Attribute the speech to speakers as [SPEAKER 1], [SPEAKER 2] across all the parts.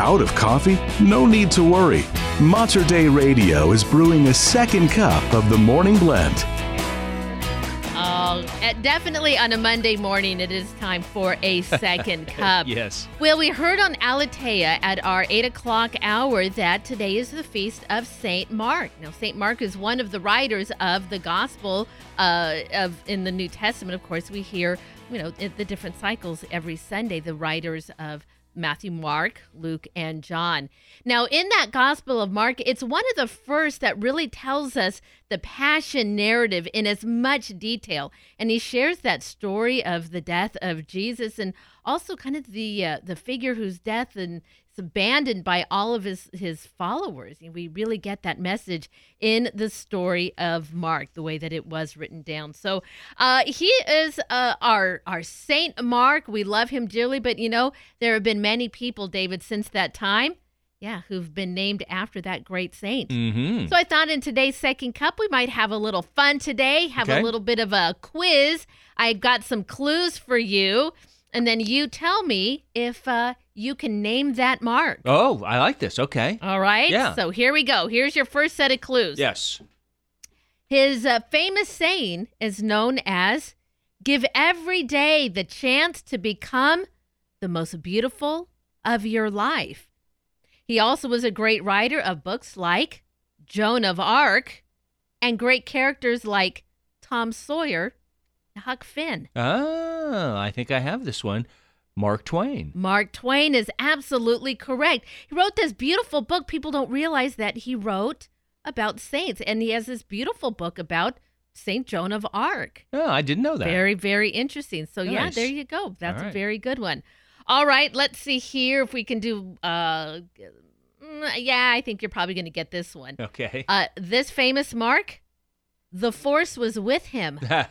[SPEAKER 1] Out of coffee? No need to worry. Mater Day Radio is brewing a second cup of the morning blend.
[SPEAKER 2] Oh, uh, definitely on a Monday morning, it is time for a second cup.
[SPEAKER 3] Yes.
[SPEAKER 2] Well, we heard on Alatea at our 8 o'clock hour that today is the feast of St. Mark. Now, St. Mark is one of the writers of the gospel uh, of in the New Testament. Of course, we hear, you know, in the different cycles every Sunday, the writers of Matthew, Mark, Luke, and John. Now, in that Gospel of Mark, it's one of the first that really tells us the passion narrative in as much detail. And he shares that story of the death of Jesus and also kind of the uh, the figure whose death and is abandoned by all of his his followers. And we really get that message in the story of Mark, the way that it was written down. So uh, he is uh, our our Saint Mark. We love him dearly, but you know there have been many people, David, since that time. Yeah, who've been named after that great saint.
[SPEAKER 3] Mm-hmm.
[SPEAKER 2] So I thought in today's second cup, we might have a little fun today, have
[SPEAKER 3] Okay.
[SPEAKER 2] a little bit of a quiz. I got some clues for you, and then you tell me if uh, you can name that mark.
[SPEAKER 3] Oh, I like this. Okay.
[SPEAKER 2] All right.
[SPEAKER 3] Yeah.
[SPEAKER 2] So here we go. Here's your first set of clues.
[SPEAKER 3] Yes.
[SPEAKER 2] His uh, famous saying is known as give every day the chance to become the most beautiful of your life. He also was a great writer of books like Joan of Arc and great characters like Tom Sawyer and Huck Finn.
[SPEAKER 3] Oh, I think I have this one. Mark Twain.
[SPEAKER 2] Mark Twain is absolutely correct. He wrote this beautiful book. People don't realize that he wrote about saints, and he has this beautiful book about Saint Joan of Arc.
[SPEAKER 3] Oh, I didn't know that.
[SPEAKER 2] Very, very interesting. So yeah,
[SPEAKER 3] Nice.
[SPEAKER 2] there you go. That's
[SPEAKER 3] All
[SPEAKER 2] a
[SPEAKER 3] right.
[SPEAKER 2] very good one. All right, let's see here if we can do. Uh, mm, yeah, I think you're probably going to get this one.
[SPEAKER 3] Okay.
[SPEAKER 2] Uh, this famous mark, the force was with him.
[SPEAKER 3] that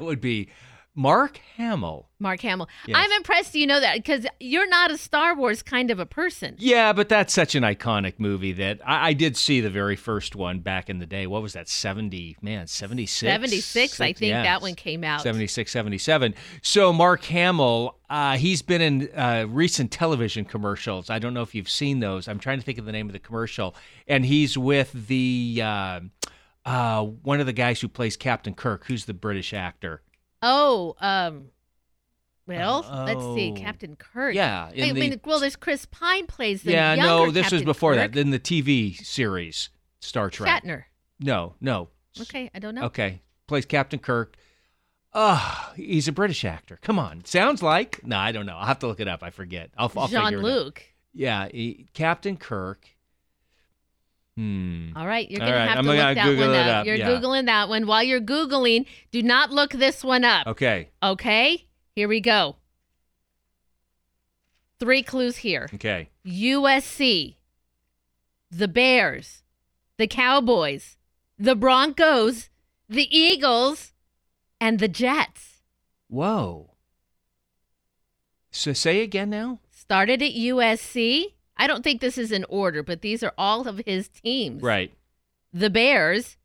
[SPEAKER 3] would be Mark Hamill.
[SPEAKER 2] Mark Hamill.
[SPEAKER 3] Yes.
[SPEAKER 2] I'm impressed you know that because you're not a Star Wars kind of a person.
[SPEAKER 3] Yeah, but that's such an iconic movie that I, I did see the very first one back in the day. What was that? 70, man, 76?
[SPEAKER 2] 76, I think
[SPEAKER 3] Yes.
[SPEAKER 2] that one came out.
[SPEAKER 3] 76, 77. So Mark Hamill, uh, he's been in uh, recent television commercials. I don't know if you've seen those. I'm trying to think of the name of the commercial. And he's with the uh, uh, one of the guys who plays Captain Kirk, who's the British actor.
[SPEAKER 2] Oh, um, well, let's see,
[SPEAKER 3] Oh.
[SPEAKER 2] Captain Kirk.
[SPEAKER 3] Yeah, in
[SPEAKER 2] I
[SPEAKER 3] the-
[SPEAKER 2] mean, well, there's Chris Pine plays the
[SPEAKER 3] yeah,
[SPEAKER 2] younger
[SPEAKER 3] no, this was
[SPEAKER 2] Captain
[SPEAKER 3] before
[SPEAKER 2] Kirk.
[SPEAKER 3] that. In the TV series Star Trek.
[SPEAKER 2] Shatner.
[SPEAKER 3] No, no.
[SPEAKER 2] Okay, I don't know.
[SPEAKER 3] Okay. Plays Captain Kirk. Ugh, he's a British actor. Come on. Sounds like. No, I don't know. I'll have to look it up. I forget. Oh, I'll, I'll figure it out.
[SPEAKER 2] Jean Luc.
[SPEAKER 3] Yeah, he, Captain Kirk. Hmm.
[SPEAKER 2] All right, you're
[SPEAKER 3] All
[SPEAKER 2] gonna
[SPEAKER 3] right,
[SPEAKER 2] have
[SPEAKER 3] I'm
[SPEAKER 2] to
[SPEAKER 3] gonna
[SPEAKER 2] look that
[SPEAKER 3] Google
[SPEAKER 2] one
[SPEAKER 3] it
[SPEAKER 2] up.
[SPEAKER 3] up,
[SPEAKER 2] You're
[SPEAKER 3] yeah.
[SPEAKER 2] googling that one. While you're googling, do not look this one up.
[SPEAKER 3] Okay.
[SPEAKER 2] okay? Here we go. Three clues here.
[SPEAKER 3] Okay.
[SPEAKER 2] USC, the Bears, the Cowboys, the Broncos, the Eagles, and the Jets.
[SPEAKER 3] Whoa. So say again now.
[SPEAKER 2] Started at USC. I don't think this is in order, but these are all of his teams.
[SPEAKER 3] Right.
[SPEAKER 2] The Bears,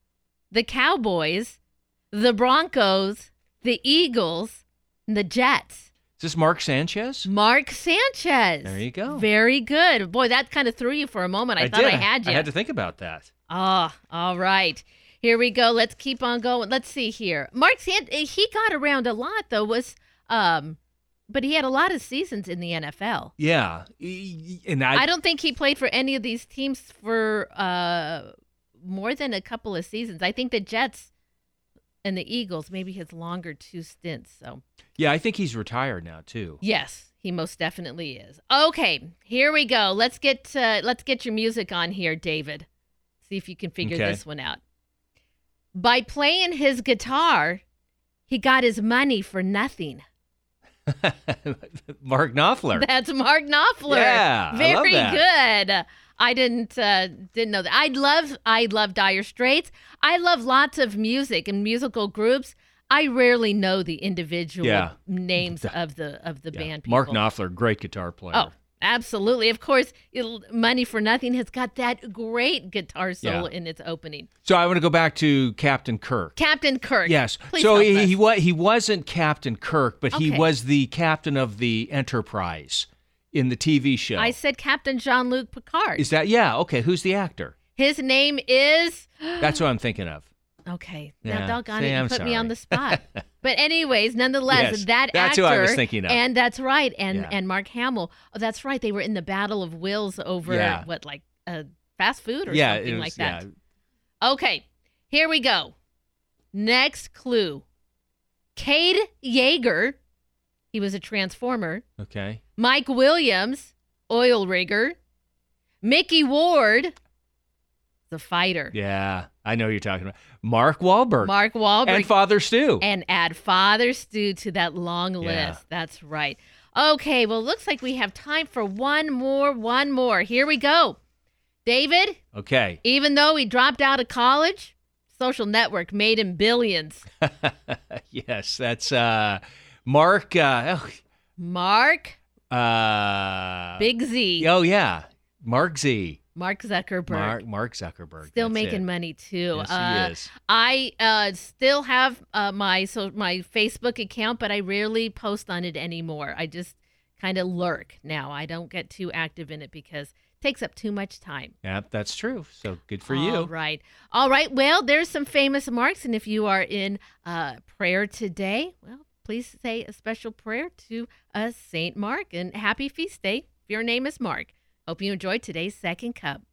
[SPEAKER 2] the Cowboys, the Broncos, the Eagles, and the Jets.
[SPEAKER 3] Is this Mark Sanchez?
[SPEAKER 2] Mark Sanchez.
[SPEAKER 3] There you go.
[SPEAKER 2] Very good. Boy, that kind of threw you for a moment. I, thought
[SPEAKER 3] did.
[SPEAKER 2] I had you.
[SPEAKER 3] I had to think about that.
[SPEAKER 2] Ah, all right. Here we go. Let's keep on going. Let's see here. Mark Sand he got around a lot though. Was um, but he had a lot of seasons in the NFL.
[SPEAKER 3] Yeah. E- And
[SPEAKER 2] I,
[SPEAKER 3] I,
[SPEAKER 2] don't think he played for any of these teams for uh more than a couple of seasons. I think the Jets and the Eagles maybe his longer two stints. So
[SPEAKER 3] yeah, I think he's retired now too.
[SPEAKER 2] yes, he most definitely is. Okay, here we go. Let's get uh, let's get your music on here, David. See if you can figure
[SPEAKER 3] Okay.
[SPEAKER 2] this one out. By playing his guitar, he got his money for nothing.
[SPEAKER 3] Mark Knopfler.
[SPEAKER 2] That's Mark Knopfler.
[SPEAKER 3] Yeah, I love
[SPEAKER 2] very
[SPEAKER 3] that.
[SPEAKER 2] good. I didn't uh, didn't know that. I love I love Dire Straits. I love lots of music and musical groups. I rarely know the individual
[SPEAKER 3] Yeah.
[SPEAKER 2] names of the of the
[SPEAKER 3] Yeah.
[SPEAKER 2] band. People.
[SPEAKER 3] Mark Knopfler, great guitar player.
[SPEAKER 2] Oh, absolutely. Of course, it'll- Money for Nothing has got that great guitar solo in its opening.
[SPEAKER 3] So I want to go back to Captain Kirk.
[SPEAKER 2] Captain Kirk.
[SPEAKER 3] Yes.
[SPEAKER 2] Please
[SPEAKER 3] so
[SPEAKER 2] help
[SPEAKER 3] he,
[SPEAKER 2] us.
[SPEAKER 3] he wa- he wasn't Captain Kirk, but he
[SPEAKER 2] Okay.
[SPEAKER 3] was the captain of the Enterprise in the TV show.
[SPEAKER 2] I said Captain Jean Luc Picard.
[SPEAKER 3] Is that yeah? Okay, who's the actor?
[SPEAKER 2] His name is.
[SPEAKER 3] That's what I'm thinking of.
[SPEAKER 2] Okay,
[SPEAKER 3] Yeah,
[SPEAKER 2] now doggone
[SPEAKER 3] see,
[SPEAKER 2] it, you
[SPEAKER 3] I'm
[SPEAKER 2] put me
[SPEAKER 3] sorry.
[SPEAKER 2] on the spot. but anyways, nonetheless,
[SPEAKER 3] Yes,
[SPEAKER 2] that
[SPEAKER 3] that's
[SPEAKER 2] actor,
[SPEAKER 3] who I was thinking of.
[SPEAKER 2] and that's right, and
[SPEAKER 3] Yeah.
[SPEAKER 2] and Mark Hamill. Oh, that's right, they were in the Battle of Wills over
[SPEAKER 3] Yeah.
[SPEAKER 2] what like uh, fast food or
[SPEAKER 3] yeah, it
[SPEAKER 2] something
[SPEAKER 3] was-
[SPEAKER 2] like that.
[SPEAKER 3] yeah.
[SPEAKER 2] Okay, here we go. Next clue: Cade Yeager, he was a transformer.
[SPEAKER 3] Okay.
[SPEAKER 2] Mike Williams, oil rigger. Mickey Ward, the fighter.
[SPEAKER 3] Yeah, I know who you're talking about Mark Wahlberg,
[SPEAKER 2] Mark Wahlberg.
[SPEAKER 3] and Father Stu.
[SPEAKER 2] and add Father Stew to that long list.
[SPEAKER 3] Yeah.
[SPEAKER 2] That's right. Okay, well, looks like we have time for one more, one more. Here we go. David,
[SPEAKER 3] okay.
[SPEAKER 2] even though he dropped out of college, social network made him billions.
[SPEAKER 3] yes, that's uh, Mark. Uh,
[SPEAKER 2] Mark
[SPEAKER 3] uh,
[SPEAKER 2] Big Z,
[SPEAKER 3] Oh yeah, Mark Z.
[SPEAKER 2] Mark Zuckerberg,
[SPEAKER 3] Mark Mark Zuckerberg.
[SPEAKER 2] still
[SPEAKER 3] that's
[SPEAKER 2] making
[SPEAKER 3] it.
[SPEAKER 2] money too.
[SPEAKER 3] Yes,
[SPEAKER 2] Uh,
[SPEAKER 3] he is.
[SPEAKER 2] I uh, still have uh, my so my Facebook account, but I rarely post on it anymore. I just kind of lurk now. I don't get too active in it because it takes up too much time.
[SPEAKER 3] Yeah, that's true. So good for
[SPEAKER 2] All
[SPEAKER 3] you.
[SPEAKER 2] right. All right. Well, there's some famous marks, and if you are in uh, prayer today, well, please say a special prayer to uh, Saint Mark and happy feast day. Your name is Mark. Hope you enjoyed today's second cup.